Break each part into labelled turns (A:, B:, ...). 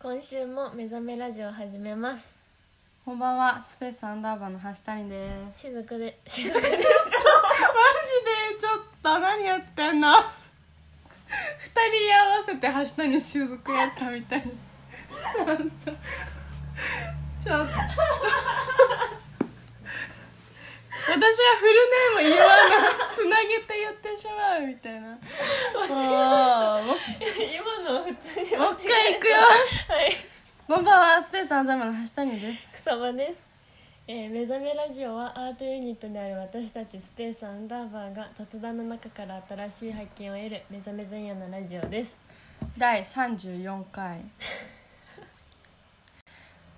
A: 今週も目覚めラジオを始めます
B: こんばんは、スペースアンダーバーの橋谷です。
A: しず くでしずくで
B: マジで、ちょっと、何やってんの。二人合わせて橋谷雫やったみたい。なんだちょっと。私はフルネーム言わない、つなげて言ってしまうみたいな。もうもう
A: 今のは普通に
B: もう一回行くよ
A: はい
B: こんばんは、スペースアンダーバーの橋谷です。
A: 草場です、えー目覚めラジオはアートユニットである私たちスペースアンダーバーが雑談の中から新しい発見を得る目覚め前夜のラジオです
B: 第34回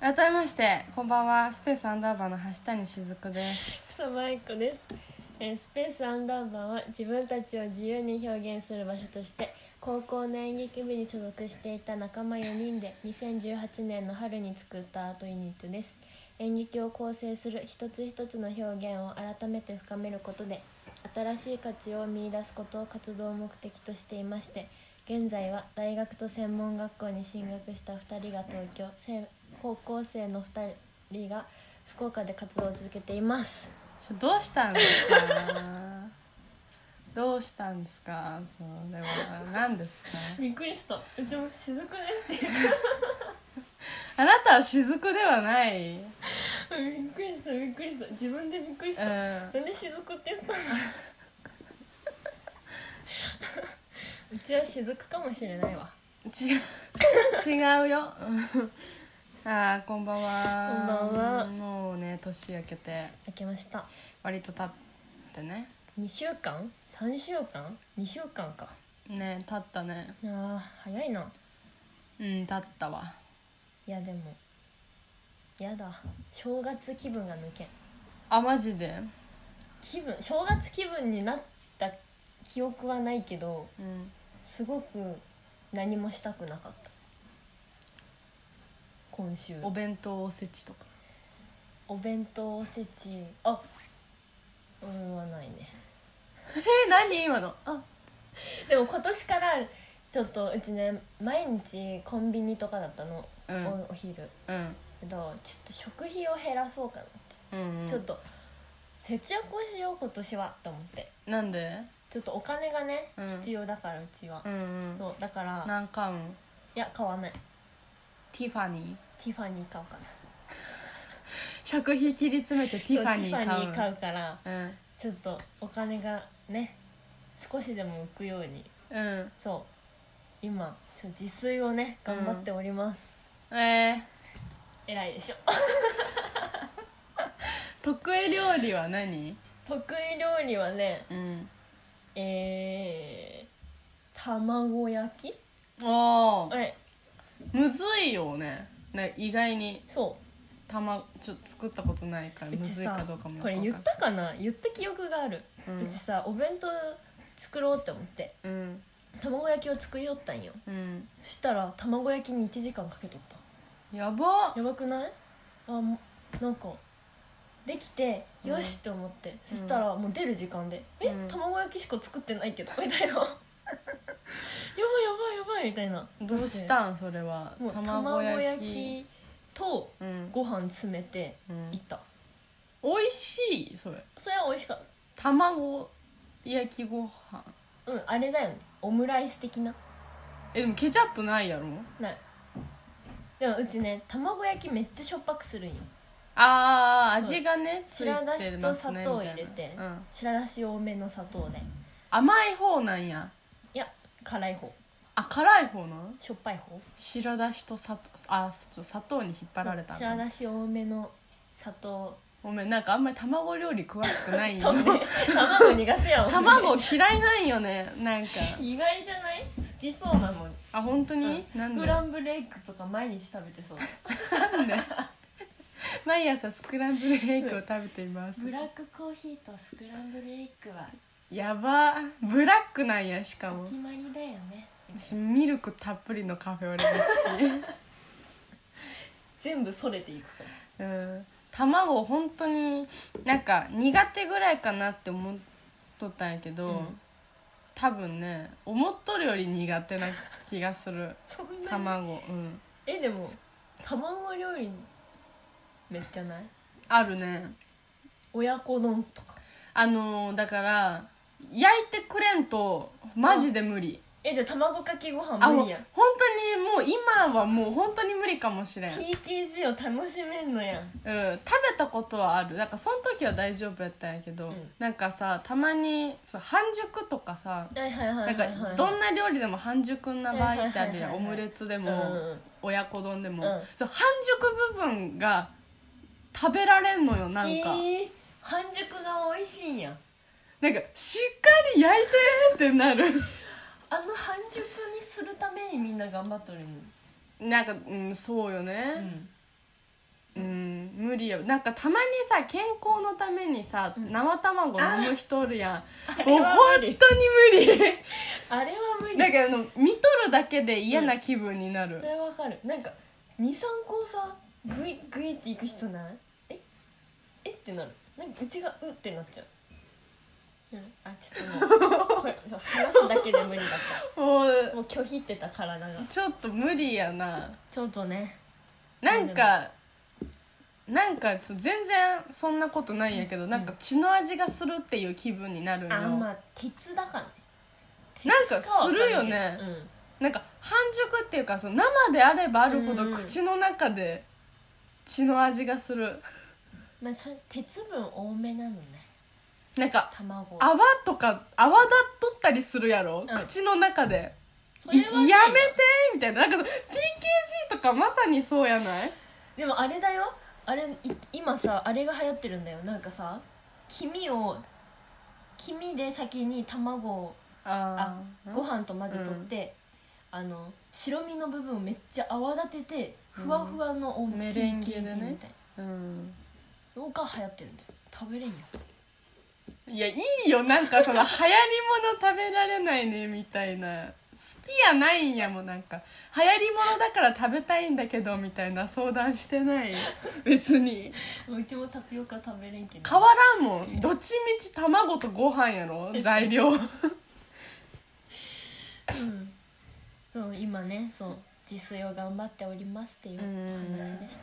B: 改めましてこんばんはスペースアンダーバーの橋谷雫です
A: 草場愛子です、えースペースアンダーバーは自分たちを自由に表現する場所として高校の演劇部に所属していた仲間4人で2018年の春に作ったアートユニットです演劇を構成する一つ一つの表現を改めて深めることで新しい価値を見出すことを活動目的としていまして現在は大学と専門学校に進学した2人が東京せん高校生の2人が福岡で活動を続けています
B: ちょどうしたんですかどうしたんですかそれは何ですか
A: びっくりしたうちも雫ですって
B: あなたは雫ではないうん
A: びっくりしたびっくりした自分でびっくりした、なんで雫って言ったのうちは雫かもしれないわ
B: 違う違うようんあーこんばんは
A: こんばんは
B: もうね年明けて
A: 開けました
B: 割と経ってね
A: 2週間3週間2週間か
B: ね経ったね
A: あー早いな
B: うん経ったわ
A: いやでもやだ正月気分が抜けん
B: あマジで
A: 気分正月気分になった記憶はないけど
B: うん
A: すごく何もしたくなかった今週
B: お弁当おせちとか
A: お弁当おせちあうんはないね
B: え何今のあ
A: でも今年からちょっとうちね毎日コンビニとかだったの、
B: うん
A: おお昼
B: うん
A: けどちょっと食費を減らそうかなって、
B: うん、うん、
A: ちょっと節約をしよう今年はと思って
B: なんで
A: ちょっとお金がね、
B: うん
A: 必要だからうちは
B: う、んうん
A: そうだから
B: 何かん
A: いや買わない
B: ティファニー
A: ティファニー買おうかな
B: 食費切り詰めてティファニ
A: そう
B: ー
A: ティ
B: 買
A: ファ
B: う
A: ニー買うから
B: うん
A: ちょっとお金がね少しでも浮くように
B: うん
A: そう今ちょっと自炊をね頑張っております、
B: え
A: 偉いでしょ
B: ー、得意料理は何
A: 得意料理はね
B: うん
A: えー、卵焼き
B: おー
A: え
B: むずいよねね意外に
A: そ
B: たまちょっと作ったことないから
A: うう
B: む
A: ち
B: ずいか
A: さ
B: どうかもよく
A: これ
B: わ
A: 言
B: か
A: っ
B: ん
A: たかな言った記憶がある、う
B: うん
A: ちさお弁当作ろうって思って
B: うん
A: 卵焼きを作りよったんよ
B: うん
A: そしたら卵焼きに1時間かけとった
B: やば
A: やばくないあもうなんかできて
B: うん
A: よしと思って、そしたらもう出る時間で「え
B: うん
A: 卵焼きしか作ってないけど」みたいな やばいやばいやばいみたいな
B: どうしたんそれは
A: もう
B: 卵
A: 卵
B: 焼
A: 焼
B: き
A: きと
B: うん
A: ご飯詰めて
B: うん
A: いった、
B: 美味しいそれ
A: それは美味しかっ
B: 卵焼きご飯
A: たうんあれだよねオムライス的な
B: えでもケチャップないやろ
A: ないでもうちね卵焼きめっちゃしょっぱくするんよ
B: あー
A: そう
B: 味がねつい
A: 白だしてと
B: ます
A: 砂
B: ね
A: 糖を
B: みた
A: 入
B: いな
A: れて、
B: うん、
A: 白だし多めの砂糖で
B: 甘い方なんや
A: いや辛い方
B: あ辛い方なん
A: しょっぱい方
B: 白だしと砂糖あちょっと砂糖に引っ張られたんだ
A: 白だし多めの砂糖
B: ごめんなんかあんまり卵料理詳しくないん
A: そ
B: よ
A: うね卵苦手やもんね
B: 卵嫌いなんよねなんか
A: 意外じゃない好きそうなのに、
B: あ本当に、
A: うん
B: な
A: ス
B: ん
A: ク
B: で
A: ランブルエッグとか毎日食べてそう
B: なんで毎朝スクランブルエッグを食べています
A: ブラックコーヒーとスクランブルエッグは
B: やばブラックなんやしか
A: お
B: も
A: 決まりだよね
B: 私ミルクたっぷりのカフェオレが好
A: 全部それていくから
B: きうん卵本当になんか苦手ぐらいかなって思っとったんやけど、
A: うん
B: 多分ね思っとるより苦手な気がする
A: そんなに
B: 卵うん
A: えでも卵料理めっちゃない
B: あるね
A: 親子丼とか
B: あのーだから焼いてくれんとマジで無理
A: えじゃあ卵かけご飯
B: あも
A: 無
B: う本
A: 理やん
B: 当にもう今はもう本当に無理かもしれん、うん、食
A: TKG を楽しめんのやん
B: べたことはあるなんかその時は大丈夫やったんやけど、
A: うん
B: なんかさたまにそう半熟とかさ
A: はいはいはいは
B: ないんか
A: はい
B: どんな料理でも半熟な場合って
A: は
B: あるやん
A: いはいはいはい
B: オムレツで
A: うんうん
B: も
A: うん
B: 親子丼でも、
A: うん
B: そう半熟部分が食べられんのよなんか、
A: えー半熟が美味しいんや
B: なんかしっかり焼いてってなる
A: あの半熟にするためにみんな頑張っとるの
B: なんかうんそうよ
A: う
B: ね
A: ん
B: うん、無理よなんかたまにさ健康のためにさ、
A: うん
B: 生卵飲む 人おるやん
A: れ
B: もう
A: は
B: 本
A: 無
B: 当
A: 理
B: に無理
A: あれは無理
B: なんかあの見とるだけで嫌な気分になる、
A: それわかるなんか23個さグイグイっていく人ないええってなるなんかうちがうってなっちゃううんあちょっともう これ話すだけで無理だっ
B: も
A: た
B: う
A: もう拒否ってた体が
B: ちょっと無理やな
A: ちょっとね
B: なんかなんかそう全然そんなことないんやけど、なんか血の味がするっていう気分になるんよ、
A: あんまあ鉄だからね
B: なんか
A: 鉄はわんけど
B: するよね
A: うん
B: なんか半熟っていうかその生であればあるほ
A: う
B: ど
A: んうん
B: 口の中で血の味がする、
A: まあそれ鉄分多めなのね
B: なんか
A: 卵
B: 泡とか泡立っとったりするやろ、
A: うん
B: 口の中で
A: そ
B: い
A: れ
B: や
A: はいいよ
B: めてみたいななんかそう TKG とかまさにそうやない
A: でもあれだよあれい今さあれが流行ってるんだよなんかさ黄身を黄身で先に卵をあ
B: あ
A: ご飯と混ぜとって、あの白身の部分をめっちゃ泡立ててふわふわのお
B: んメレンゲでね
A: PKG みたい
B: うん
A: なのが流行ってるんだよ食べれんよ
B: いやいいよなんかその流行りもの食べられないねみたいな好きやないんやもんなんか流行りものだから食べたいんだけどみたいな相談してない別に
A: うちもタピオカ食べれんけど
B: 変わらんもんどっちみち卵とご飯やろ 材料
A: うんそう今ねそう自炊を頑張っておりますっていうお話でし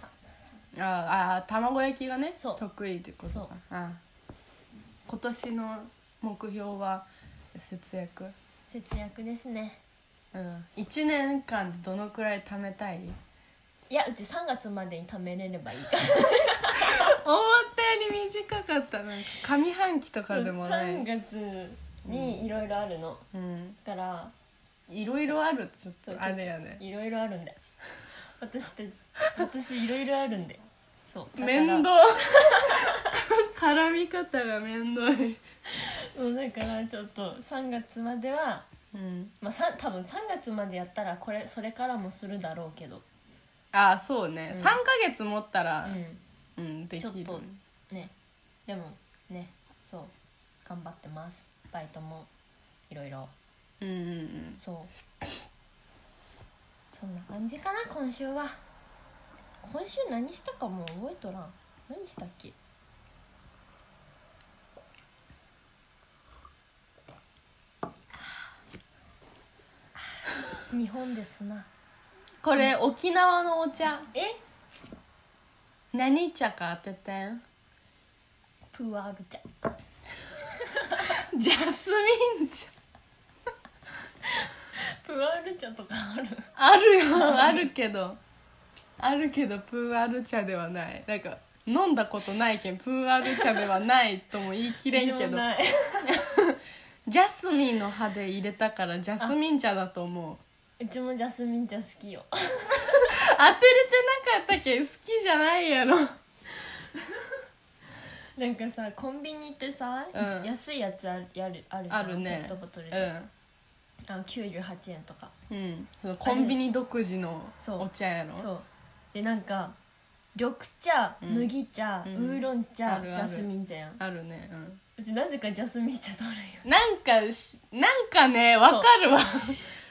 A: た
B: ああ卵焼きがね
A: そう
B: 得意ってこと
A: そう
B: かあ今年の目標は節約
A: 節約ですね
B: うん1年間でどのくらい貯めたい
A: いやうち3月までに貯めれればいいから
B: 思ったより短かったなんか上半期とかでもない
A: 3月にいろいろあるの、
B: うん
A: だから
B: いろいろあるちょっ
A: そう
B: とあれやね
A: いろいろあるんで私って私いろいろあるんでそうだから
B: 面倒絡み方が面倒い
A: そうだからちょっと3月までは
B: うん
A: まあさ多分3月までやったらこれそれからもするだろうけど
B: ああそうね、
A: うん
B: 三3か月持ったら
A: う
B: うん、できる
A: ちょっとねでもねそう頑張ってますバイトもいろいろ
B: うんうんうん
A: そうそんな感じかな今週は今週何したかもう覚えとらん何したっけ 日本ですな
B: これ、沖縄のお茶
A: え
B: 何茶か当ててん
A: プーアール茶
B: ジャスミン茶
A: プーアール茶とかある
B: あるよあるけどあるけどプーアル茶ではないなんか飲んだことないけんプーアル茶ではないとも言い切れん
A: 一
B: け
A: 応
B: ど
A: ない
B: ジャスミンの葉で入れたからジャスミン茶だと思う
A: うちもジャスミン茶好きよ
B: 当てれてなかったけん好きじゃないやろ
A: なんかさコンビニってさ、
B: うん
A: 安いやつあるあるあるじゃん
B: あるね
A: ペットボトルで、
B: う
A: あの98円とか
B: ん、うん、そのコンビニ独自の
A: そう
B: お茶やろ
A: そうでなんか緑茶、
B: うん
A: 麦茶、
B: うん
A: ウーロン茶
B: あるある
A: ジャスミン茶やん
B: あるねうん
A: うちなぜかジャスミン茶取 るよ
B: なんかしなんかねわかるわ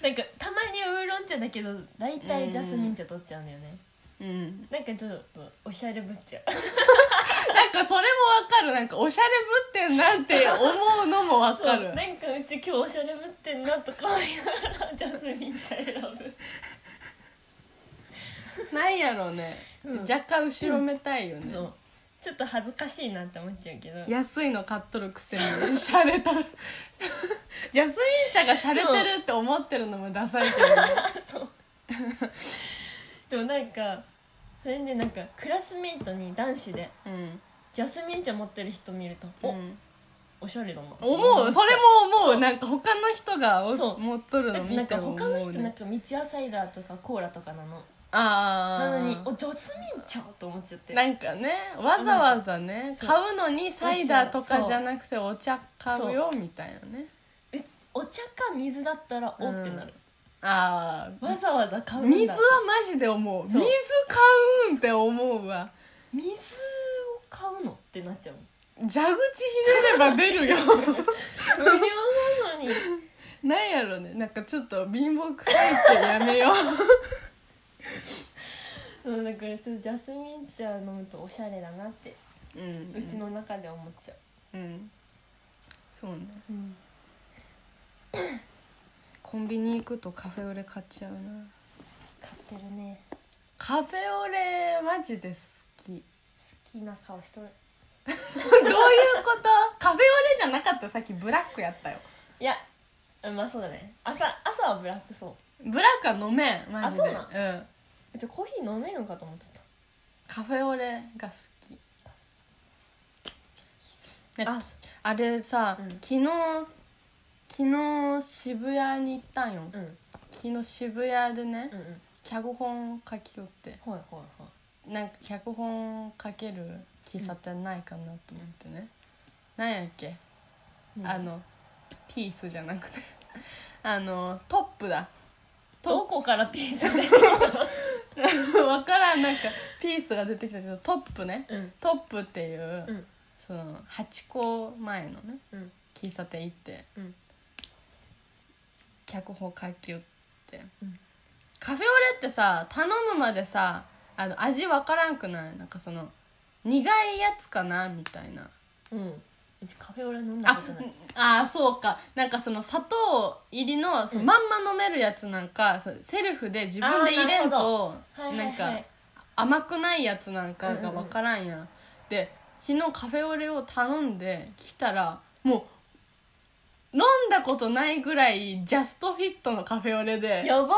A: なんかたまにウーロン茶だけど大体ジャスミン茶取っちゃうんだよね、
B: うん
A: なんかちょっとおしゃれぶっちゃう
B: なんかそれもわかるなんかおしゃれぶってんなって思うのもわ
A: そ
B: か
A: うな
B: る
A: んかうち今日おしゃれぶ ってんなとか思いながらジャスミン茶選ぶ
B: ないやろうね、
A: うん
B: 若干後ろめたいよね、
A: そうちょっと恥ずかしいなって思っちゃうけど
B: 安いの買っとる くせにしゃれたジャスミン茶がしゃれてるって思ってるのもダサいけどね
A: そうでもなんかそれでなんかクラスメートに男子でジャスミン茶持ってる人見ると、
B: うん、
A: おおしゃれだな
B: 思うそれも思うなんか他の人がお
A: そう
B: 持っとる
A: だ
B: の
A: ってな
B: 見
A: ん
B: て
A: か
B: も思
A: 他
B: う、ね、
A: の人なんか三ツ矢サイダーとかコーラとかなの
B: ああ
A: なのにおジャスミン茶と思っちゃって
B: なんかねわざわざね
A: そう
B: 買うのにサイダーとかじゃなくてお茶買うよみたいなね
A: えお茶か水だったらおってなる、
B: ああ
A: わざわざ買うんだ
B: 水はマジで思う
A: そ
B: 水
A: う
B: 買うんって思うわ
A: 水を買うのってなっちゃう
B: 蛇口ひねれば出るよ
A: 無料なのに
B: なんやろねなんかちょっと貧乏臭いってやめよう
A: そうだからちょっとジャスミン茶飲むとおしゃれだなって
B: うん
A: うちの中で思っちゃう、
B: うんそうねコンビニ行くとカフェオレ買っちゃうな
A: 買ってるね好
B: カフェオレマジで好 き
A: きな顔しとる
B: どういうことカフェオレじゃなかったさっきブラックやったよ
A: いやまあそうだね朝朝はブラックそう
B: ブラックは飲めんマジで
A: あそうなん
B: うん
A: えっとコーヒー飲めるのかと思ってた
B: カフェオレが好きなんか
A: あ
B: あれさ、
A: うん
B: 昨日昨日渋谷に行ったんよ
A: うんうん
B: 昨日渋谷でね、
A: うん
B: 脚本書きよって
A: はいはいは
B: なんか脚本書ける喫茶店ないかなと思ってね、なんやっけ、
A: い、
B: あのピースじゃなくて あのトップだ
A: どこからピースで
B: わからんなんかピースが出てきたけどトップね
A: うん
B: トップっていう、
A: うん
B: その八個前のね
A: うん
B: 喫茶店行って
A: うん
B: 脚本書きよって、
A: うん
B: カフェオレってさ頼むまでさあの味わからんくないなんかその苦いやつかなみたいな
A: うんうちカフェオレ飲んだ
B: あ
A: ことない
B: あーそうかなんかその砂糖入りのその
A: うん
B: まんま飲めるやつなんか、そのセルフで自分で入れんと
A: はいはい
B: な
A: は
B: ん
A: い
B: か甘くないやつなんかが分からんやん、で昨日カフェオレを頼んで来たらもう飲んだことないぐらいジャストフィットのカフェオレで
A: やば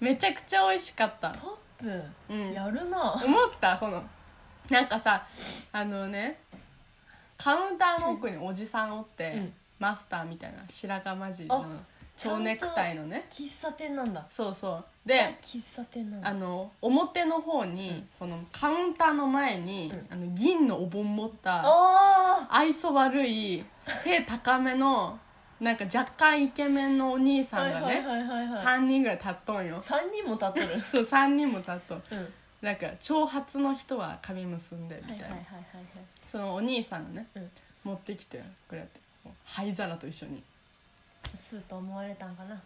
B: めちゃくちゃ美味しかった
A: トップ、
B: うん
A: やるな
B: 思ったこのなんかさあのねカウンターの奥におじさんおって、
A: うん
B: マスターみたいな白髪混じりの
A: あ
B: 蝶ネクタイのね
A: 喫茶店なんだ
B: そうそうで
A: 喫茶店なんだ
B: あの表の方に、そのカウンターの前に、あの銀のお盆持った
A: あ
B: 愛想悪い背高めのなんか若干イケメンのお兄
A: あは
B: さん
A: い
B: が
A: はい
B: ね
A: はいはいはい
B: 3人ぐらい立っとんよ
A: 三人も立ってる
B: そう3人も立っとん
A: うんはい
B: なんか長髪の人は髪結んでみた
A: はいい
B: な、
A: はいはいはい
B: そのお兄さんがね
A: うん
B: 持ってきてくれて灰皿と一緒に
A: 吸うと思われたんかな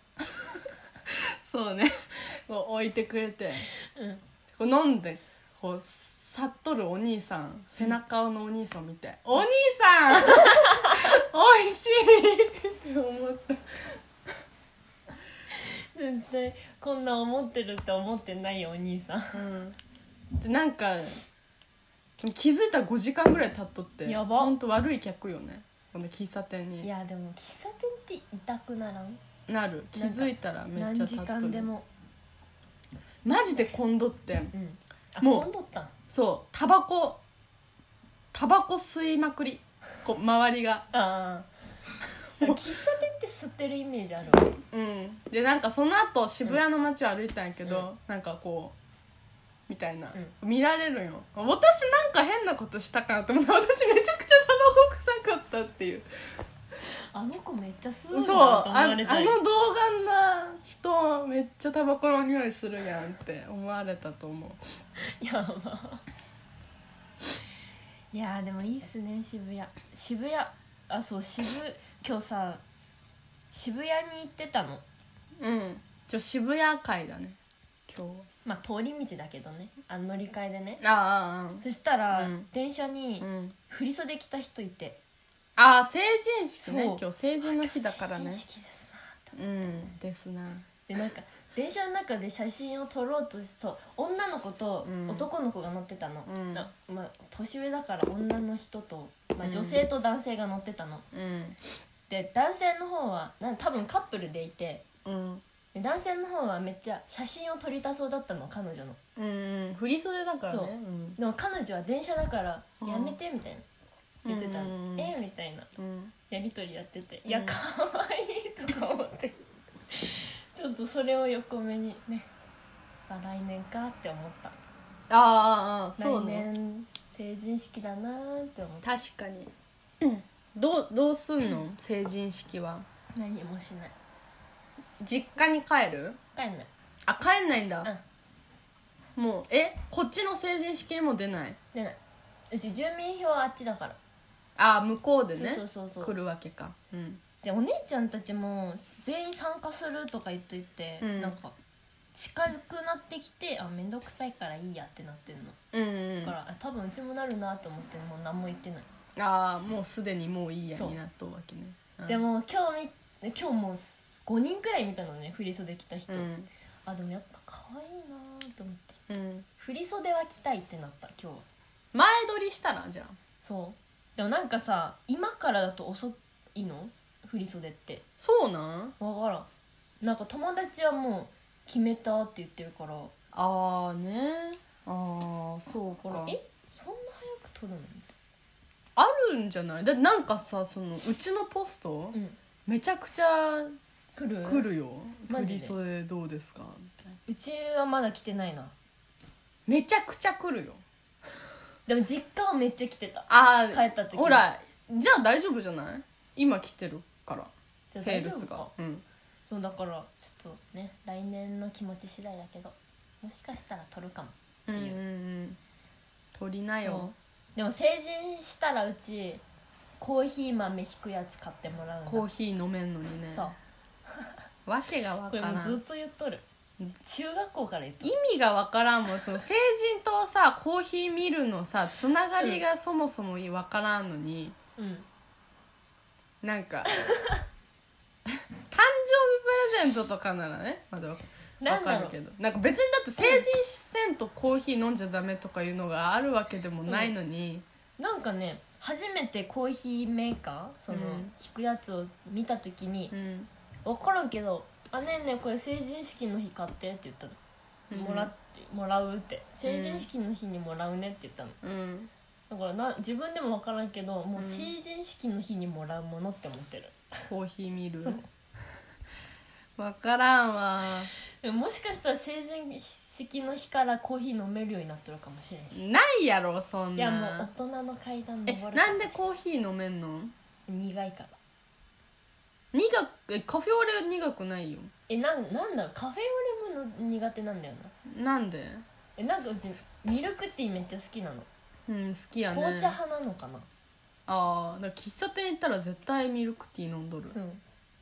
B: そうね こう置いてくれて
A: うん
B: こう飲んでこうさっとるお兄さん背中のお兄さんを見て「お兄 さんおいしい!」って思った
A: 絶対こんな思ってるって思ってないよお兄さん
B: うんでなんか気づいたら5時間ぐらい経っとって
A: やば
B: ほんと悪い客よねこの喫茶店
A: い
B: に
A: やでも喫茶店って痛くならん
B: なる気づいたらめっ
A: 何
B: ちゃ
A: 時
B: 経っと
A: 間で
B: る
A: も
B: マジで混んどって
A: うんあ
B: もう
A: 混んどったん
B: そうタバコタバコ吸いまくりこう周りが
A: ああ 喫茶店って吸ってるイメージあるわ
B: うんでなんかその後渋谷の街を歩いたんやけど、
A: うん
B: なんかこうみたいな、見られるよ私なんか変なことしたかなと思って私めちゃくちゃタバコ臭かったっていう
A: あの子めっちゃ吸
B: そううん
A: だと思
B: ああ
A: わ
B: の
A: れ
B: 動
A: た
B: 画
A: い
B: な人めっちゃタバコの匂いするやんって思われたと思う
A: やばいやーでもいいっすね渋谷渋谷あそう渋今日さ渋谷に行ってたの
B: うんじゃ渋谷会だね今
A: まあ通り道だけどねあの乗り換えでね
B: 日はあああ
A: そしたら、
B: うん
A: 電車
B: あ
A: に
B: うん
A: 振り袖着た人いて
B: ああ成人式ね
A: そう
B: 今日成人の日だから
A: 成
B: ね
A: 人式ですな
B: うんですな
A: でなんか電車の中で写真を撮ろうとしそう女の子と
B: うん
A: 男の子が乗ってたの、
B: うん
A: なまあ、年上だから女の人と、まあ、
B: うん
A: 女性と男性が乗ってたの、
B: うん
A: で男性の方はなん多分カップルでいて
B: うん
A: で男性の方はめっちゃ写真を撮りたそうだったの彼女の
B: うん振り袖だからね
A: そうでも彼女は電車だから「
B: うん
A: やめて」みたいな言ってたの
B: うん
A: えみたいな
B: うん
A: やり取りやってて「
B: うん
A: いや可愛いとか思って ちょっとそれを横目にねあ来年かって思った
B: あーあーあーそう
A: 来
B: ね
A: 年成人式だなーって思った
B: 確かにどうどうすんの成人式は
A: 何もしない
B: 実家に帰る
A: 帰んない
B: あ帰んないん
A: うん
B: だもうえこっちの成人式にも出ない
A: 出ないうち住民票はあっちだから、
B: あ向こうでね
A: そうそうそうそ
B: 来
A: う
B: るわけかうん
A: でお姉ちゃんたちも全員参加するとか言っといて、
B: うん
A: なんか近くなってきてあ面倒くさいからいいやってなってんの
B: うんう
A: だ
B: ん
A: から、あ多分うちもなるなと思ってもう何も言ってない
B: ああもうすでにもういいや
A: そう
B: になっとうわけねうん
A: でも今日み今日もう5人くらい見たのね振り袖着た人、
B: うん
A: あでもやっぱ可愛いなと思って
B: うん
A: 振り袖は着たいってなった今日は
B: 前撮りしたらじゃあ
A: そうでもなんかさ今からだと遅いの振り袖って
B: そうなん
A: わからんなんか友達はもう決めたって言ってるから
B: ああねああそう
A: だか
B: から
A: えそんな早く撮るのみ
B: あるんじゃないだってなんかさそのうちのポスト
A: たいな
B: めちゃくちゃ
A: うん来る
B: 来るよ
A: マ
B: 振
A: ジ
B: り
A: で
B: 袖どうですかみたいな
A: うちはまだ来てないな
B: めちゃくちゃ来るよ
A: でも実家はめっちゃ来てた
B: あ
A: 帰
B: あ
A: った時
B: ほらじゃあ大丈夫じゃない今来てるから
A: じゃあ
B: セール
A: 大丈
B: ス
A: 夫か
B: がうん
A: そうだからちょっとね来年の気持ち次第だけどもしかしたら撮るかも
B: うんん
A: う
B: うんん
A: う
B: うん取りな
A: そ
B: よ
A: うでも成人したらうちコーヒー豆引くやつ買ってもらうんだ
B: コーヒー飲めんのにね
A: そう
B: わけがわ
A: こ
B: か
A: れも
B: ら
A: うずっ
B: ん
A: と言っとる
B: うん
A: 中学校から言っと
B: 意
A: る
B: 味がわからんもんその成人とさコーヒー見るのさつながりがそもそもわからんのに、
A: うん
B: なんか誕生日プレゼントとかならねまだわ
A: なんだ
B: か
A: ろ
B: る
A: う
B: けどなんか別にだって成人せんとコーヒー飲んじゃダメとかいうのがあるわけでもないのに、
A: なんかね初めてコーヒーメーカーその、
B: うん
A: 引くやつを見た時に
B: うん
A: 分からんけど「あねえねえこれ成人式の日買って」って言ったの、
B: う
A: も
B: ん
A: らってもらうって成人式の日にもらうねって言ったの
B: うん、
A: だからな自分でも分からんけどもううん成人式の日にもらうものって思ってる、
B: コーヒー見る
A: そう
B: わからんわ
A: でももしかしたら成人式の日からコーヒー飲めるようになってるかもしれんし、
B: ないやろそん
A: いやも
B: な
A: う大人の階段
B: え
A: 登る
B: なんでコーヒー飲めんの
A: 苦いから
B: 苦くえカフェオレは苦くないよ
A: えなんなんだろうカフェオレもの苦手なんだよな
B: なんで
A: えなんかうちミルクティーめっちゃ好きなの、
B: うん好きやね
A: 紅茶派なのかな、
B: ああだから喫茶店行ったら絶対ミルクティー飲んどる
A: そう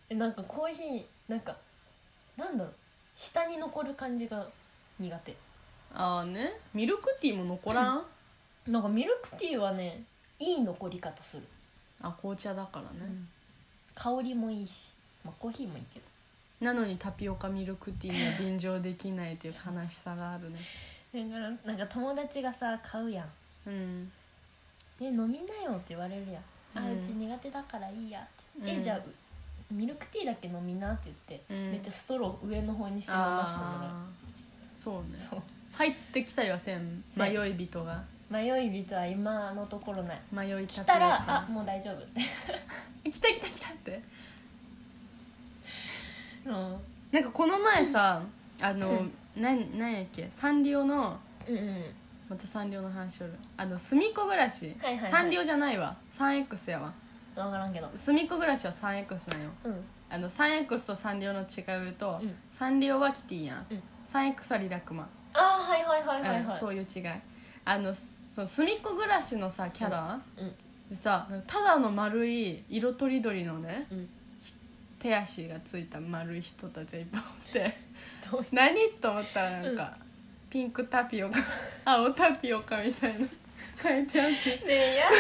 A: えなんかコーヒーなんかなんだろう下に残る感じが苦手
B: ああねミルクティーも残らん、
A: なんかミルクティーはねいい残り方する
B: あ紅茶だからね、
A: 香りもいいし、まあ、コーヒーもいいけど
B: なのにタピオカミルクティーには便乗できないっていう悲しさがあるね
A: だからなんか友達がさ買うやん
B: うん
A: 「え飲みなよ」って言われるやん「あ
B: うん
A: うち苦手だからいいや」って「
B: うん
A: えじゃあミルクティーだけ飲みな」って言って、
B: うん
A: めっちゃストロー上の方にして飲ませてもら
B: あーそう
A: う
B: ね
A: そう
B: 入ってきたりはせん
A: せん
B: 迷い人が
A: 迷い人は今のところない
B: 迷い
A: 来
B: た
A: たら「あもう大丈夫」って
B: 来た来た来たって
A: うん
B: なんかこの前さあのなんなんやっけサンリオの
A: うんうん
B: またサンリオの話おるあのすみっこ暮らし、
A: はいはいはい
B: サンリオじゃないわ 3X やわ
A: 分からんけど
B: すみっこ暮らしは 3X なんよ
A: うん
B: あの 3X とサンリオの違うと、
A: うん
B: サンリオはキティやん、
A: うん
B: 3X はリラックマ
A: ああはいはいはいはい
B: あ
A: は
B: そ
A: いう
B: いう違いあのすそのすみっこ暮らしのさキャラ、
A: うん
B: でさただの丸い色とりどりのね
A: うん
B: 手足がついた丸い人たちがいっぱいおって
A: どういう
B: 何と思ったらなんか、ピンクタピオカ 青タピオカみたいな書いてあって
A: ねえやだ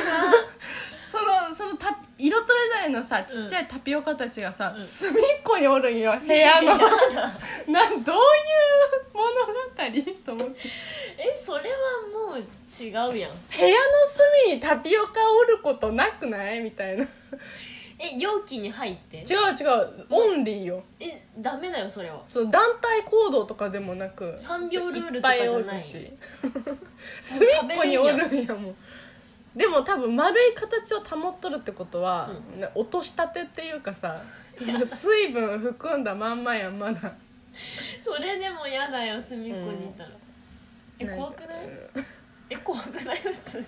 B: そのそのタピ色とりどりのさちっちゃいタピオカたちがさ、隅っこにおる んよ部
A: や
B: 屋の
A: やだ
B: なんどういう物語と思って
A: えそれはもう違うやん
B: 部屋の隅にタピオカおることなくないみたいな違
A: え容器に入って
B: う違うオンリーよ
A: えダメだよそれは
B: そう団体行動とかでもなく
A: 三秒ルールとかじゃない
B: っぱおるし 隅っこにおるんやもんでも多分丸い形を保っとるってことは、ね落としたてっていうかさ水分含んだまんまやんまだ
A: それでも嫌だよ隅っこにいたら、え
B: なんか
A: 怖くないえ怖くない普通に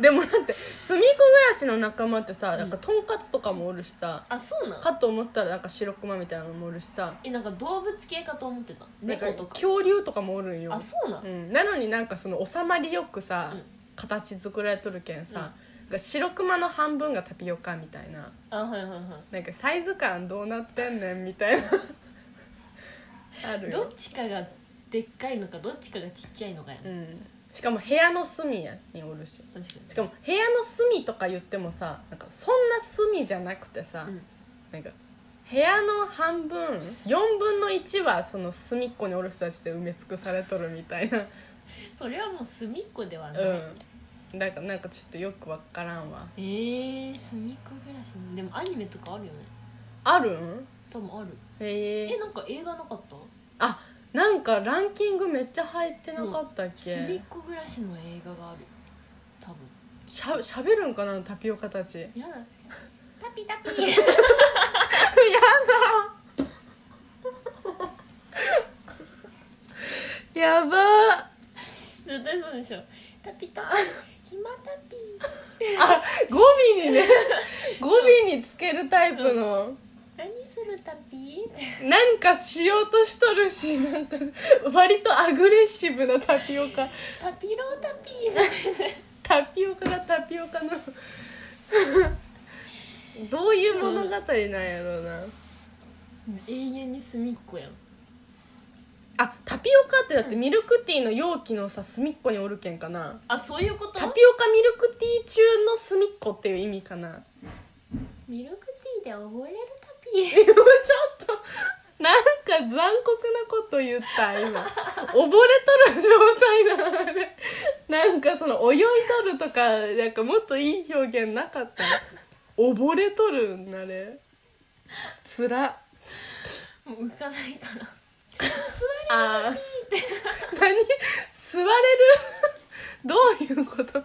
B: でもだって隅っこ暮らしの仲間ってさ、なんかとんかつとかもおるしさ
A: あそうなの
B: かと思ったらなんか白熊みたいなのもおるしさ
A: えなんか動物系かと思ってた
B: なん
A: 猫とか
B: 恐竜とかもおるんよ
A: あそうなの、
B: うん、なのになんかその収まりよくさ、
A: うん
B: 形作られとるけんさ、なんか白熊の半分がタピオカみたいな
A: あはいはいは
B: なんかサイズ感どうなってんねん みたいなあ
A: い
B: る
A: ど
B: よ
A: っ、ちかがでっかいのかどっちかがちっちゃいのかやな、
B: うん、しかも部屋の隅やにおるし
A: 確かに
B: しかも部屋の隅とか言ってもさなんかそんな隅じゃなくてさ、
A: うん
B: なんか部屋の半分4分の1はその隅っこにおる人たちで埋め尽くされとるみたいな
A: それはもう隅っこではない、
B: うんなんかなんかちょっとよくわからんわ
A: えー、隅っこ暮らしのでもアニメとかあるよね
B: あるん
A: 多分ある
B: へ
A: え
B: え
A: なんか映画なかった
B: あなんかランキングめっちゃ入ってなかったっけ、
A: 隅っこ暮らしの映画がある多分
B: しゃしゃべるんかなタピオカたちや
A: いやだタピタピ
B: だやば
A: 絶対そうでしょタピタピ暇タピ
B: あ語尾にね語尾につけるタイプの
A: 何するタピ
B: なんかしようとしとるしなんか割とアグレッシブなタピオカ
A: タピロータピじゃない
B: タピオカがタピオカの どういう物語なんやろうな、
A: 永遠に隅っこやん
B: あタピオカってだってミルクティーの容器のさ隅っこにおるけんかな
A: あそういうこと
B: タピオカミルクティー中の隅っこっていう意味かな
A: ミルクティーで溺れるタ
B: ちょっとなんか残酷なこと言った今溺れとる状態なのでなんかその泳いとるとかなんかもっといい表現なかった溺れとるんだねつらっ
A: ピもう浮かないから
B: あー何座れるどういうことどこ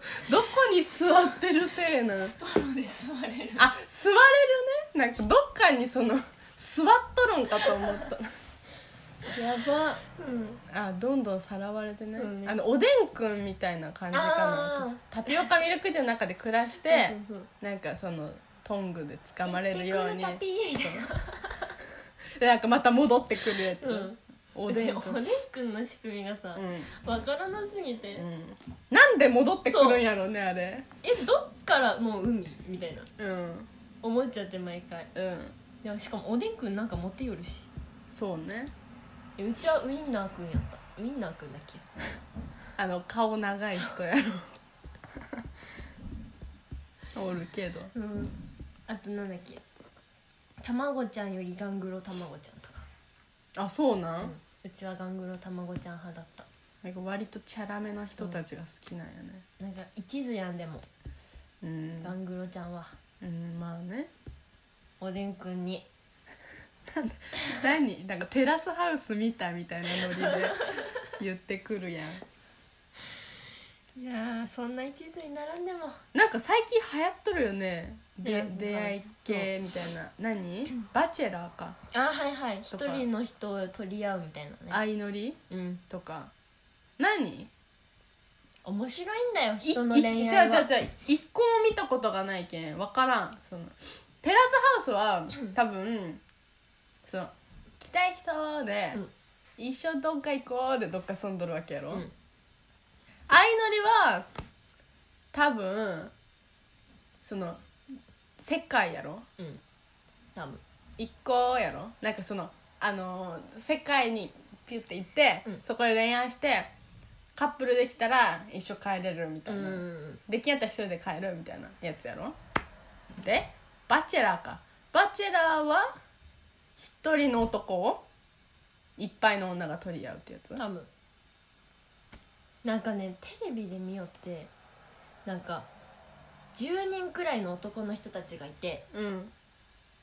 B: に座ってる体な
A: ストローで座れる
B: あ座れるねなんかどっかにその座っとるんかと思ったやば
A: うん
B: あどんどんさらわれてね
A: そうね
B: あのおでんくんみたいな感じか
A: あー
B: な私タピオカミルクティーの中で暮らして
A: そうそう
B: なんかそのトングで掴まれるように
A: 行ってくるタピみたいな
B: でなんかまた戻ってくるやつ、
A: うん
B: お
A: お
B: で
A: で
B: ん
A: ん
B: くん、
A: くんの仕組みがさ
B: うん
A: わからなすぎて
B: うん、なんで戻ってくるんやろうねあれ
A: えどっからもう海みたいな
B: うん
A: 思っちゃって毎回
B: うん
A: でもしかもおでんくんなんか持ってよるし
B: そうね
A: えうちはウインナーくんやったウインナーくんだっけ
B: あの顔長い人やろおるけど
A: うんあとなんだっけたまごちゃんよりガングロたまごちゃんとか、
B: あそうなん、
A: うんうちはガングロたまごちゃん派だった
B: なんか割とチャラめな人たちが好きなんやね
A: なんか一途やんでも
B: うん
A: ガ、ングロちゃんは
B: うん、まあね
A: おでんくんに
B: 何なんかテラスハウス見たみたいなノリで言ってくる やん
A: いやーそんな一途に並んでも
B: なんか最近流行っとるよね
A: テ
B: で
A: ラスハウス
B: 出会い系みたいな何バチェラーか
A: あはいはい一
B: とか
A: 人の人を取り合うみたいなね
B: 相乗り
A: うん
B: とか何
A: 面白いんだよ
B: い
A: 人の恋愛
B: い
A: は
B: 違う違う違う一個も見たことがないけん分からんそのテラスハウスは多分その来たい人で、
A: うん
B: 一緒どっか行こうでどっか住んどるわけやろ、
A: うん
B: 相乗りは多分その世界やろ
A: うん多分
B: 一個やろなんかそのあのー世界にピュって行って、
A: うん
B: そこで恋愛してカップルできたら一緒帰れるみた
A: う
B: いな、
A: ん
B: できんやったら一人で帰るみたいなやつやろでバチェラーかバチェラーは一人の男をいっぱいの女が取り合うってやつ
A: 多分なんかねテレビで見よってなんか10人くらいの男の人たちがいて
B: うん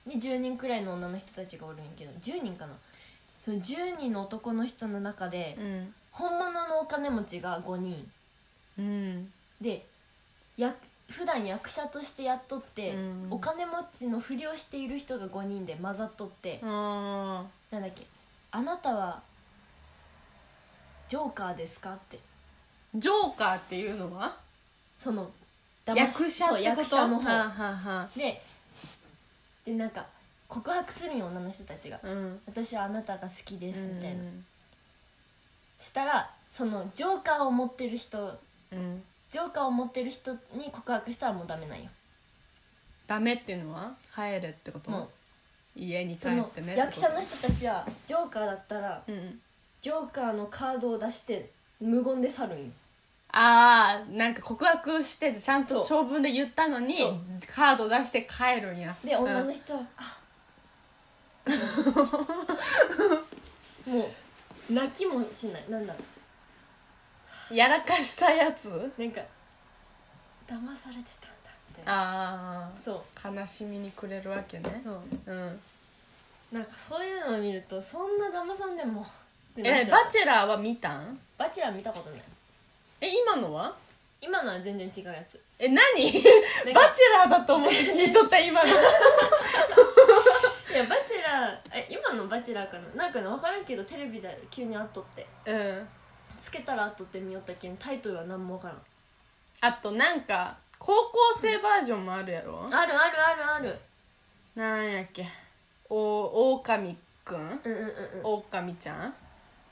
A: で10人くらいの女の人たちがおるんやけど10人かなその10人の男の人の中で
B: うん
A: 本物のお金持ちが5人
B: うん
A: でや普段役者としてやっとって、
B: うん
A: お金持ちのふりをしている人が5人で混ざっとって、
B: あ
A: なんだっけ「あなたはジョーカーですか?」って
B: ージョーカーっていうのは
A: その騙し
B: 役者
A: そ
B: っ
A: う
B: てこと
A: 役者の
B: はあ、
A: 方
B: はあは
A: ででなんか告白するんよ女の人たちが
B: あ、うん
A: 「私はあなたが好きです」みたいな、
B: うん
A: したらそのジョーカーを持ってる人
B: うん
A: ジョーカーを持ってる人に告白したらもうダメなんよ
B: ダメっていうのは帰れってこと、
A: も
B: 家に
A: う
B: 帰
A: そ
B: っ
A: の
B: てね
A: 役者
B: って
A: の人たちはジョーカーだったら
B: ことうん
A: ジョーカーのカードを出して無言で去るんよ
B: ああなんか告白してちゃんと
A: そ
B: 長文で言ったのに
A: そう
B: カード出して帰るんや
A: で
B: うん
A: 女の人は、あ もう泣きもしないなんだろ
B: やらかしたやつ
A: うなんか騙されてたんだみたいな
B: あ
A: そ
B: あ悲しみにくれるわけ
A: う
B: ね
A: そう
B: うん
A: なんかそういうのを見るとそんな騙さんでもってなっ
B: え
A: ちゃう
B: バチェラーは見たん
A: バチェラー見たことない
B: え今のは
A: 今のは全然違うやつ
B: え何バチ
A: な
B: ェ
A: んか
B: ラーだと思って聞いとっ た今の
A: いやバチェラーえ今のバチェラーかななんかね分からんけどテレビで急にあっとって
B: うん
A: つけたらあっとって見よったけんタイトルは何も分からん
B: あとなんか高校生バージョンもあるやろ
A: あるあるあるある
B: なんやっけおオオカミくん
A: うんうんうんうん
B: オオカミちゃん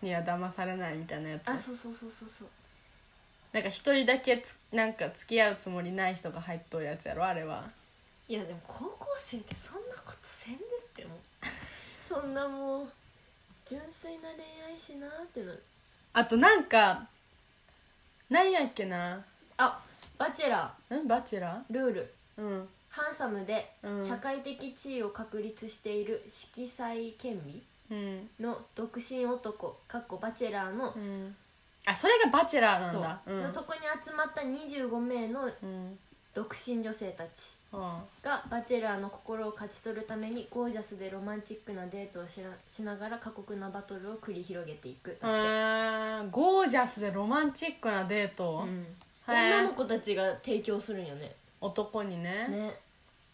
B: には騙されないみたいなやつ
A: あそうそうそうそうそう
B: なんか一人だけつなんか付き合うつもりない人が入っとるやつやろあれはい
A: やでも高校生ってそんなことせんでってもうそんなもう純粋な恋愛しなーってなる
B: あとなんか何やっけな
A: あバチェラ
B: んバチェラ
A: ールール
B: ーうん
A: ハンサムで
B: うん
A: 社会的地位を確立している色彩権利
B: うん
A: の独身男かっこバチェラーの、
B: うんあそれがバチェラーな
A: そ
B: ん
A: う
B: だ
A: のとこに集まった25名の
B: うんうん
A: 独身女性たち
B: あ
A: がバチェラーの心を勝ち取るためにゴージャスでロマンチックなデートをしなしながら過酷なバトルを繰り広げていくだって
B: あーゴージャスでロマンチックなデート、
A: うん
B: へー
A: 女の子たちが提供するんよね
B: 男にね
A: ね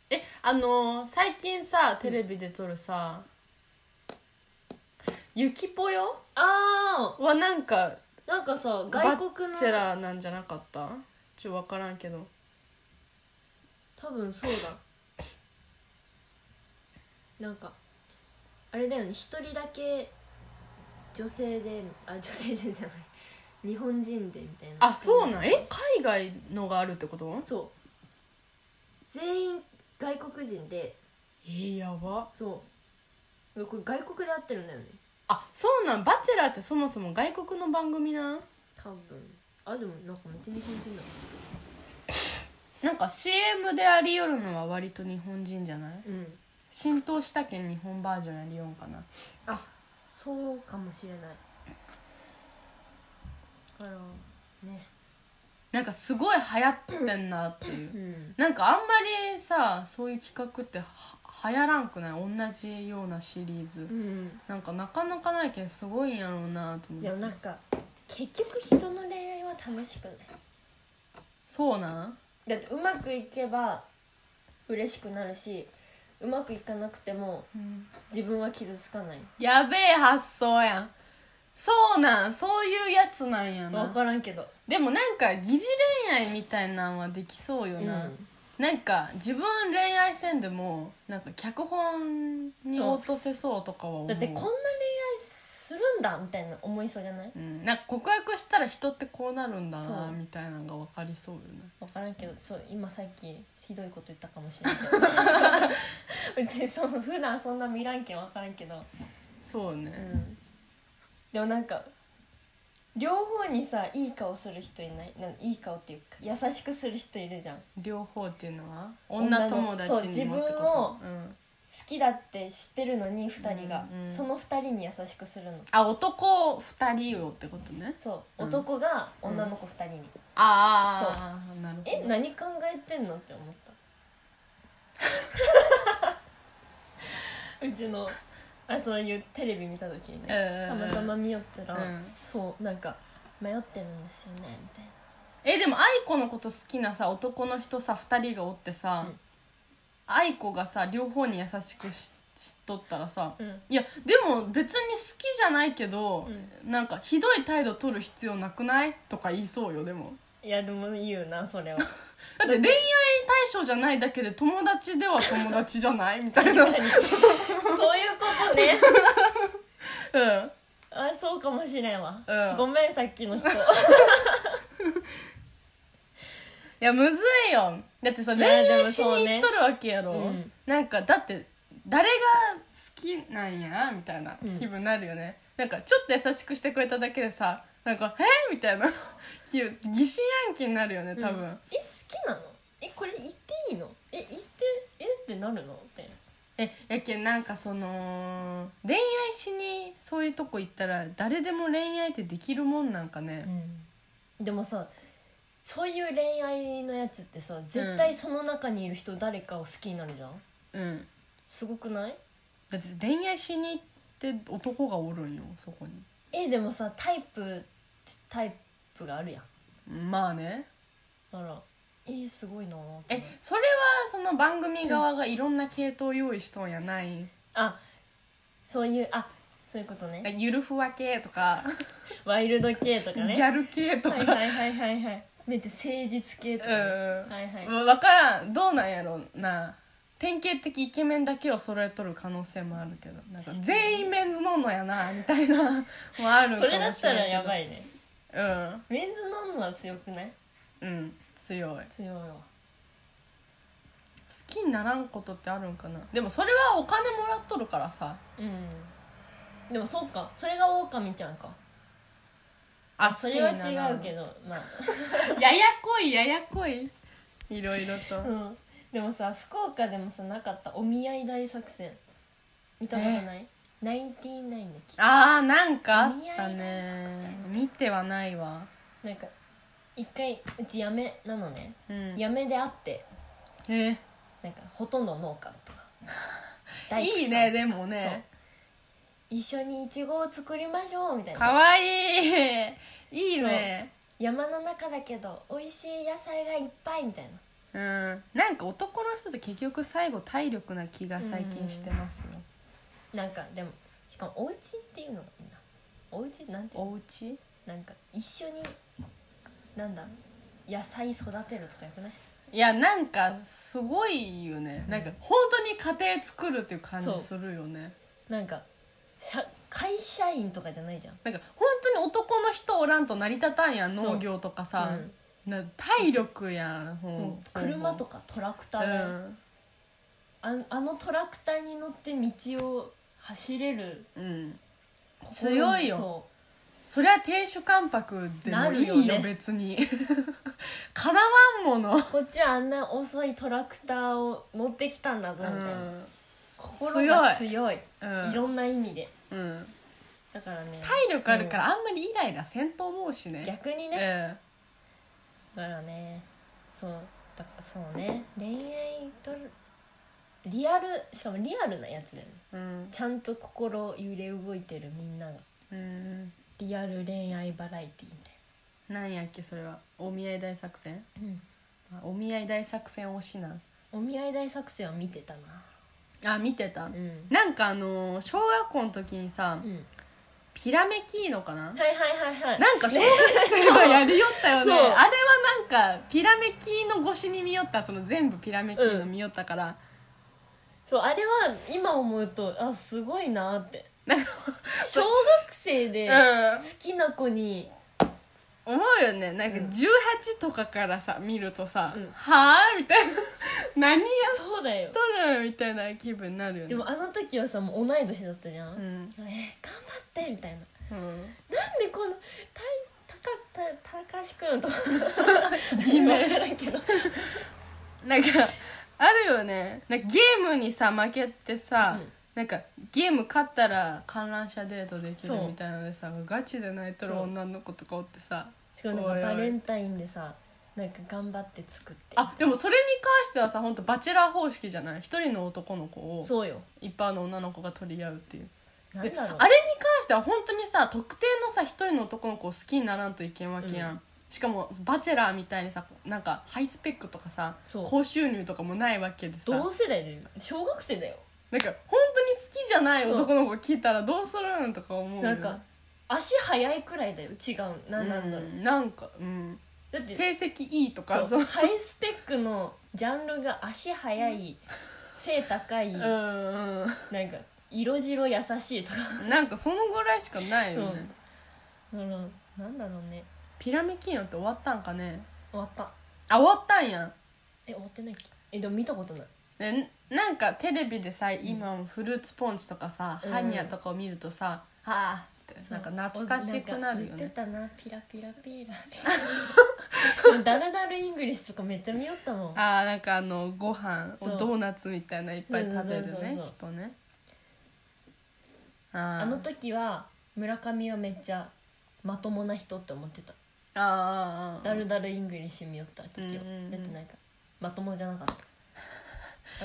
B: えあのー最近さテレビで撮るさ「ゆきぽよ
A: あ」
B: はなんか
A: ーなんかさ外国
B: バチェ
A: の
B: ラーなんじゃなかったちょっと分からんけど
A: 多分そうだなんかあれだよね一人だけ女性であ女性じゃない日本人でみたいな
B: あそうなんえ海外のがあるってこと
A: そう全員外国人で
B: えー、やば
A: そうこれ外国で会ってるんだよね
B: あそうなんバチェラーってそもそも外国の番組なん
A: 多分あでもなんかめっちゃ日本人だ
B: なんか CM でありよるのは割と日本人じゃない
A: うん
B: 浸透したけん日本バージョンやりよんかな
A: あそうかもしれないだからね
B: なんかすごい流行ってんなっていううんなんかあんまりさそういう企画っては流行らんくない同じようなシリーズ
A: うん
B: なんかなかなかないけんすごいんやろうなと思って
A: でもなんか結局人の恋愛は楽しくない
B: そうなん
A: だってうまくいけば嬉しくなるしうまくいかなくても
B: うん
A: 自分は傷つかない
B: やべえ発想やんそうなんそういうやつなんや
A: 分
B: な
A: からんけど
B: でもなんか疑似恋愛みたいなんはできそうよな、
A: うん
B: なんか自分恋愛せんでもなんか脚本に落とせそうとかは思う
A: だってこんな恋愛するんだみたいな思いそうじゃない
B: うん、なんか告白したら人ってこうなるんだ
A: そう
B: なみたいなのが分かりそうよね
A: 分からんけどそう今さっきひどいこと言ったかもしれ ないけど うちその普段そんな見らんけん分からんけど
B: そう
A: う
B: ね
A: んでもなんか両方にさいい顔する人いないないい顔っていうか優しくする人いるじゃん好
B: 両方っていうのは
A: 女の
B: 女友達にもって
A: そう自
B: こ
A: 分を
B: と、うん、
A: きだって知ってるのに2人が、
B: うんうん
A: その2人に優しくするの
B: あ男2人をってことね
A: そう
B: うん
A: 男が女の子2人に、
B: ああなるほど
A: え何考えてんのって思ったうちのあそういうテレビ見た時にね、
B: うん
A: たまたま見よったら、
B: うん
A: そうなんか迷ってるんですよねみたいな
B: えでも愛子のこと好きなさ男の人さ2人がおってさ、
A: うん
B: 愛子がさ両方に優しくししとったらさ、
A: うん
B: いやでも別に好きじゃないけど、なんかひどい態度取る必要なくないとか言いそうよでも
A: いやでも言うなそれは
B: だって恋愛対象じゃないだけで友達では友達じゃないみたいなう
A: 確
B: ん
A: かにそういうことねあそうかもしれんわ、
B: うん
A: ごめんさっきの人
B: いやむずいよだってさ
A: い
B: 恋
A: や
B: 愛しに行っとるわけやろ、
A: でもそうねうん
B: なんかだって誰が好きなんやみたいな
A: うん
B: 気分になるよね、なんかちょっと優しくしてくれただけでさなんか「えみたいな気分疑心暗鬼になるよね 多分、
A: うんえ好きなのえこれ言っていいのえ言ってえってなるのって
B: えやけんなんかその恋愛しにそういうとこ行ったら誰でも恋愛ってできるもんなんかね、
A: でもさそういう恋愛のやつってさ絶対その中にいる人誰かを好きになるじゃん
B: うん、
A: すごくない
B: だって恋愛しに行って男がおるんよそこに
A: えでもさタイプタイプがあるやん
B: まあね
A: だからえー、すごいなと思って
B: えそれはその番組側がいろんな系統用意しとんやない、
A: あそういうあそういうことね
B: ゆるふわ系とか、
A: ワイルド系とかね
B: ギャル系とか、
A: はいはいはいはいはいめっちゃ誠実系とかね、
B: うん、
A: はいはい
B: 分からんどうなんやろな典型的イケメンだけを揃えとる可能性もあるけどなんか全員メンズ飲んのやなみたいなもあるんかもしれんけど
A: それだったらやばいね
B: うん
A: メンズ飲むのは強くない
B: うん強い好
A: 強いわ
B: きにならんことってあるんかなでもそれはお金もらっとるからさ
A: うんでもそうかそれがオオカミちゃんか
B: あ
A: それは違うけ
B: ど
A: どまあ、
B: ややこいややこいいろいろと、
A: うん、でもさ福岡でもさなかったお見合い大作戦見たことないナインティナインだっ
B: ああなんかあった
A: お見合いの作
B: ね
A: 戦
B: 見てはないわ
A: けなんか一回うちやめなのね
B: うん
A: やめであって
B: えー
A: なんかほとんど農家とか大工さん
B: いいねでもね
A: そう一緒にイチゴを作りましょうみたい
B: か
A: な
B: わいいいいね
A: 山の中だけど美味しい野菜がいっぱいみたいな
B: うんなんか男の人って結局最後体力な気が最近してますよ
A: なんかでもしかもお家っていうのがいいなお家なんていうの
B: お家
A: なんか一緒になんだ野菜育てるとかよくない
B: いやなんかすごいよねなんか本当に家庭作るっていう感じ
A: そう
B: するよね
A: なんか社会社員とかじゃないじゃん
B: なんか本当に男の人おらんと成り立たんやん
A: そう
B: 農業とかさ
A: う、ん
B: な体力やん、ほん
A: もう車と
B: か
A: かトラクタ
B: う
A: ーで、
B: ん、
A: あんあのトラクターに乗って道を走れる
B: うん、
A: 心に
B: 強いよ
A: そ
B: そりゃ亭主関白でもいいよ
A: なるよね
B: 別に 絡まんもの
A: うこっちはあんな遅いトラクターを乗ってきたんだぞみたいな、心が強い
B: うん
A: いろんな意味で
B: うん、
A: だからね
B: 体力あるからあんまりイライラせんと思うしね
A: 逆にね、
B: え
A: だからねそうだからそうね恋愛とリアルしかもリアルなやつだよね
B: えうん
A: ちゃんと心揺れ動いてるみんなが
B: うん
A: リアル恋愛バラエティーみ
B: なんやっけそれはお見合い大作戦
A: たいな、
B: あお見合い大作戦推しな
A: お見合い大作戦は見てたな
B: あ見てた、
A: うん、
B: なんかあのー小学校の時にさ、
A: うん、
B: ピラメキーノかな、
A: はいはいはいはい
B: なんか小学生はやりよったよね
A: そう
B: あれはなんかピラメキーノ越しに見よったその全部ピラメキーノ見よったから、
A: そうあれは今思うとあすごいなって
B: なんか
A: 小学生で
B: うん
A: 好きな子に、
B: 思うよねなんか
A: うん
B: 18とかからさ見るとさ「
A: うん
B: はあ?」みたいな「何や
A: そうだよ
B: っとる?」みたいな気分になるよね
A: でもあの時はさもう同い年だったじゃん、
B: うん
A: えー頑張ってみたいな
B: うん
A: なんでこの体林くんと
B: 偽名
A: 分からんけど
B: なんかあるよねなんかゲームにさ負けてさ、
A: うん
B: なんかゲーム勝ったら観覧車デートできる
A: そう
B: みたいなのでさガチで泣いとる
A: そう
B: 女の子とかおってさ
A: しかもなん
B: おいおい
A: かバレンタインでさなんか頑張って作って
B: あでもそれに関してはさ本当バチェラー方式じゃない一人の男の子を
A: そうよ
B: 一般の女の子が取り合うっていう
A: な
B: で
A: んだろう
B: あれに関しては本当にさ特定のさ一人の男の子を好きにならんといけんわけやん、
A: うん
B: しかもバチェラーみたいにさなんかハイスペックとかさ
A: そう
B: 高収入とかもないわけでさ
A: 同世代で小学生だよ
B: なんか本当に好きじゃない男の子聞いたらどうするんとか思うよ
A: なんか足速いくらいだよ違う
B: う
A: なん
B: ん
A: なんだろう、
B: なんかうん
A: だって
B: 成績いい
A: そ
B: とか
A: う
B: そう
A: ハイスペックのジャンルが足速い背高い、
B: うん
A: なん
B: うん
A: か色白優しいとか
B: なんかそのぐらいしかないよ
A: そう
B: ね
A: うんなんだろうね
B: ピラミキーノって終わったんかね
A: 終わった
B: あ終わったんやん
A: え終わってないっけえでも見たことない
B: でなんかテレビでさ今もフルーツポンチとかさ、
A: うん
B: ハニヤとかを見るとさ「ああ」ってなんか懐かしくなるよ
A: んか言っ
B: ね
A: てたなピラピラピラ ピラダルダルイングリッシュとかめっちゃ見よったもん
B: ああなんかあのご飯
A: そう
B: をドーナツみたいないっぱい食べるね
A: そうそうそうそう
B: 人ねあー
A: あの時は村上はめっちゃまともな人って思ってた
B: あーあーあー
A: ダルダルイングリッシュ見よった時は、
B: うんうんうん
A: だってなんかまともじゃなかった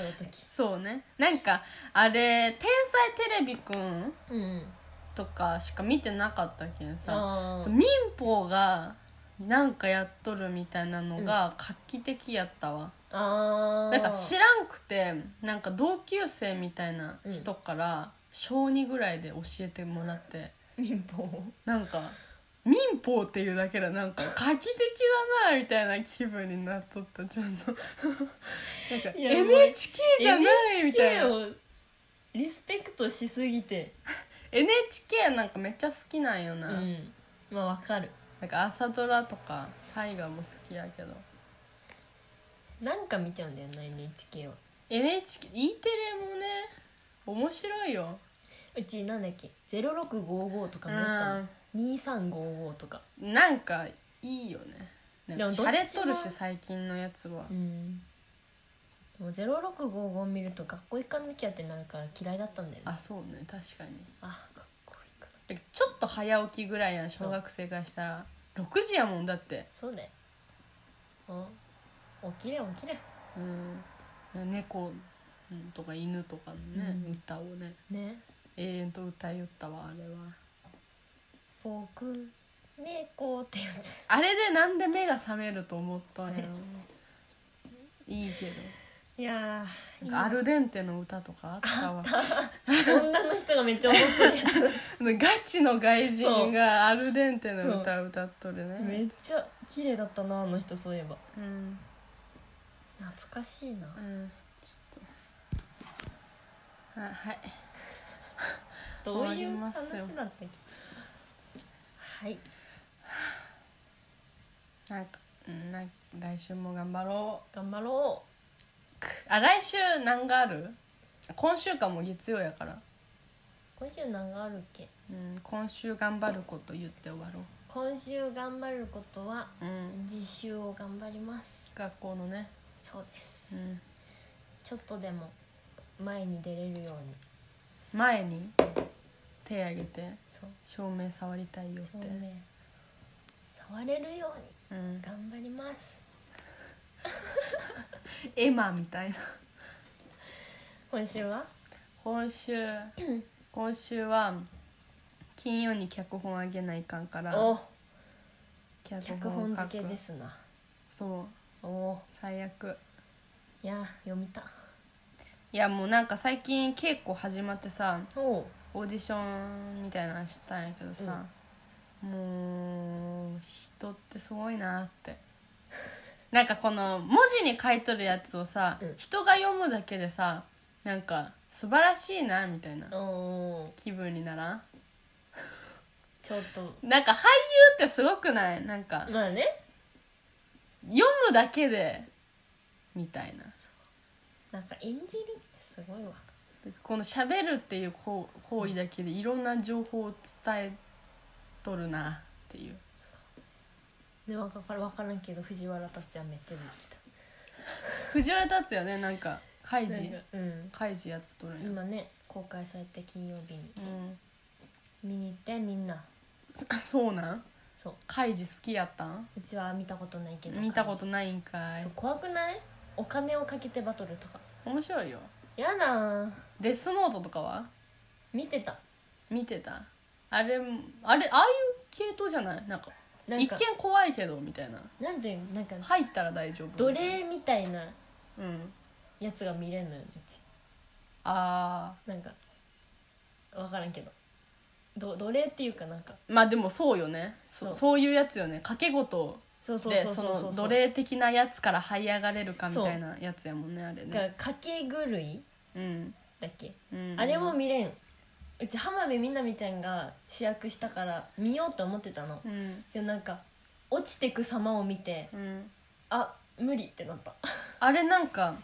A: あの時
B: そうねなんかあれ「天才テレビくん
A: うんうん」
B: とかしか見てなかったけんさ
A: あ
B: そう
A: ー
B: 民法がなんかやっとるみたいなのが画期的やったわ、
A: あー
B: なんか知らんくてなんか同級生みたいな人から小2ぐらいで教えてもらって
A: 民法
B: なんか民法っていうだけでなんか画期的だなみたいな気分になっとったちょっと なんか
A: いやもう
B: NHK じゃないみたい
A: NHK
B: な
A: をリスペクトしすぎて
B: NHK なんかめっちゃ好きなんよ
A: う
B: な、
A: んまあわかる
B: なんか朝ドラとか大河も好きやけど
A: なんか見ちゃうんだよな NHK は
B: NHKE テレもね面白いよ
A: うちなんだっけ0655とかもやったの2355とか
B: なんかいいよねなん
A: でも
B: か
A: どっちも
B: 洒落とるし最近のやつは
A: うんでも0655見ると学校行かなきゃってなるから嫌いだったんだよね
B: あそうね確かに
A: あ学校行く
B: だけどちょっと早起きぐらいやん小学生がしたら6時やもんだって
A: そうだようん起きれ起きれ
B: うん猫うんとか犬とかのね、
A: うん
B: 歌をね
A: ね
B: 永遠と歌いよったわあれは
A: 僕猫ってやつ
B: あれでなんで目が覚めると思ったんやろ
A: ね
B: いいけ
A: いや
B: どなんかアルデンテの歌とかあったわ
A: 女の人がめっちゃ思ってるやつ
B: ガチの外人がアルデンテの歌を歌っとる
A: め
B: ね
A: っちゃ綺麗だったなあの人そういえば
B: うん
A: 懐かしいな
B: うんちょっとあはい
A: どうい
B: 終わり
A: う
B: ま
A: 話だっ
B: すよ
A: たっけはい
B: なんかうんなんか来週も頑張ろ
A: 頑張ろ
B: うあ来週何がある今週間も月曜やから、
A: う今週何があるっけ
B: うん、今週頑張ること言って終わろ
A: 今週頑張ることは
B: ううん
A: 実習を頑張ります
B: 学校のね
A: そうです
B: うん
A: ちょっとでも前に出れるように
B: 前に手挙げて
A: そう
B: 照明触りたいよっ
A: 照
B: て
A: 明触れるように
B: うん
A: 頑張ります
B: エマみたいな
A: 今週は
B: 今週今週は金曜に脚本あげないかんから
A: お
B: 脚
A: 脚本付けですすな
B: そう
A: お
B: 最悪
A: いや読みた
B: いやもうなんか最近稽古始まってさ
A: おう
B: オーディションみたいなのしたんやけどさ、もう人ってすごいなって なんかこの文字に書いとるやつをさ、
A: うん
B: 人が読むだけでさなんか素晴らしいなみたいな
A: おう
B: 気分にならん
A: ちょっと
B: なんか俳優ってすごくないなんか
A: まあね
B: 読むだけでみたいな
A: なんか演じるってすごいわ
B: この喋るっていう行行為だけでいろんな情報を伝えとるなっていう
A: でわか分から分からんけど藤原達也めっちゃ出てきた
B: 藤原達也ねなんか開
A: なん
B: 示
A: かうん
B: 開示やっとるんや
A: 今ね公開されて金曜日に
B: うん
A: 見に行ってみんな
B: そそうなん
A: そう
B: 開示好きやったん
A: うちは見たことないけど
B: 見たことないんかい
A: そう怖くないお金をかけてバトルとか
B: 面白いよ
A: やだー
B: デスノートとかは
A: 見てた
B: 見てたあれあれああいう系統じゃないなんか
A: なん
B: 一
A: か
B: 見怖いけどみたいな
A: なんていうのなんか
B: 入ったら大丈夫
A: 奴隷みたいな
B: うん
A: やつが見れんのようち
B: あ
A: なんか分からんけどど奴隷っていうかなんか
B: ーまあでもそうよねそ
A: そうう
B: そういうやつよね掛け事
A: そうそう
B: で
A: そう
B: そ
A: そう
B: の
A: そう
B: 奴隷的なやつから這い上がれるかみたいなやつやもんねあれ
A: だから
B: ね
A: かけ狂い
B: うん、
A: だっけ、
B: うん、
A: あれも見れんうち浜辺美波ちゃんが主役したから見ようと思ってたの、
B: うん
A: でもなんか落ちてく様を見て
B: うん
A: あ無理ってなった
B: あれなんか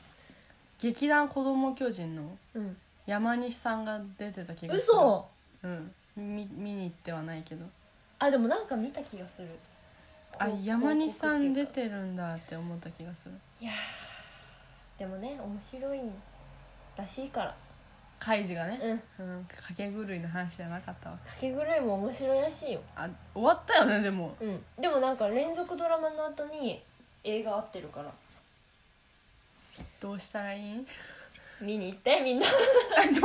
B: 劇団子供巨人の
A: うん
B: 山西さんが出てた気がする
A: 嘘
B: うん見見に行ってはないけど
A: あでもなんか見た気がする
B: あ
A: こう
B: 山西さん出
A: 広告っていうか
B: てるんだって思った気がする
A: いやーでもね面白いらしいから
B: カイジがね
A: うん
B: うん掛け狂いの話じゃなかったわ
A: かけ狂いも面白いらしいよ
B: あ終わったよねでも
A: うんでもなんか連続ドラマの後に映画合ってるから
B: どうしたらいいど
A: 見に行ってみんな
B: ういうこ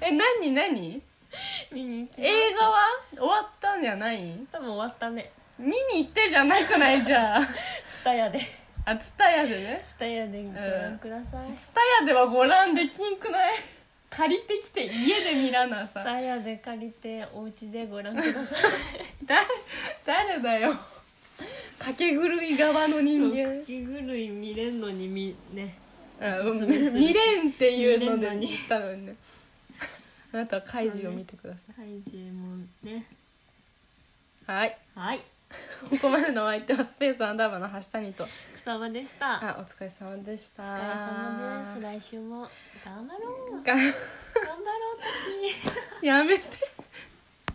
B: とえ何何
A: 見に行き
B: 映画は終わったんじゃない
A: 多分終わったね
B: 見に行ってじゃなくないじ ゃあ
A: ツタヤで
B: あツタヤでね
A: ツタヤでご覧くださいツ
B: ツタヤではご覧できんくない借りてきて家で見らなさ
A: タヤで借りてお家でご覧くだ さい
B: だ誰だよ掛け狂い側の人
A: そう
B: 間
A: かけ狂い見れんのに見ね
B: うん
A: おすすめする
B: 見れんっていうので
A: 見れんの
B: 見
A: に
B: たのね あなたは怪獣を見てくださ
A: 怪獣もね
B: いはい
A: はい
B: ここまでのお相手はスペースアンダーバーの橋谷と
A: 草場でした
B: あお疲れ様でしたお
A: お疲れ 様です来週も頑張ろう
B: です
A: 頑張ろう
B: やめて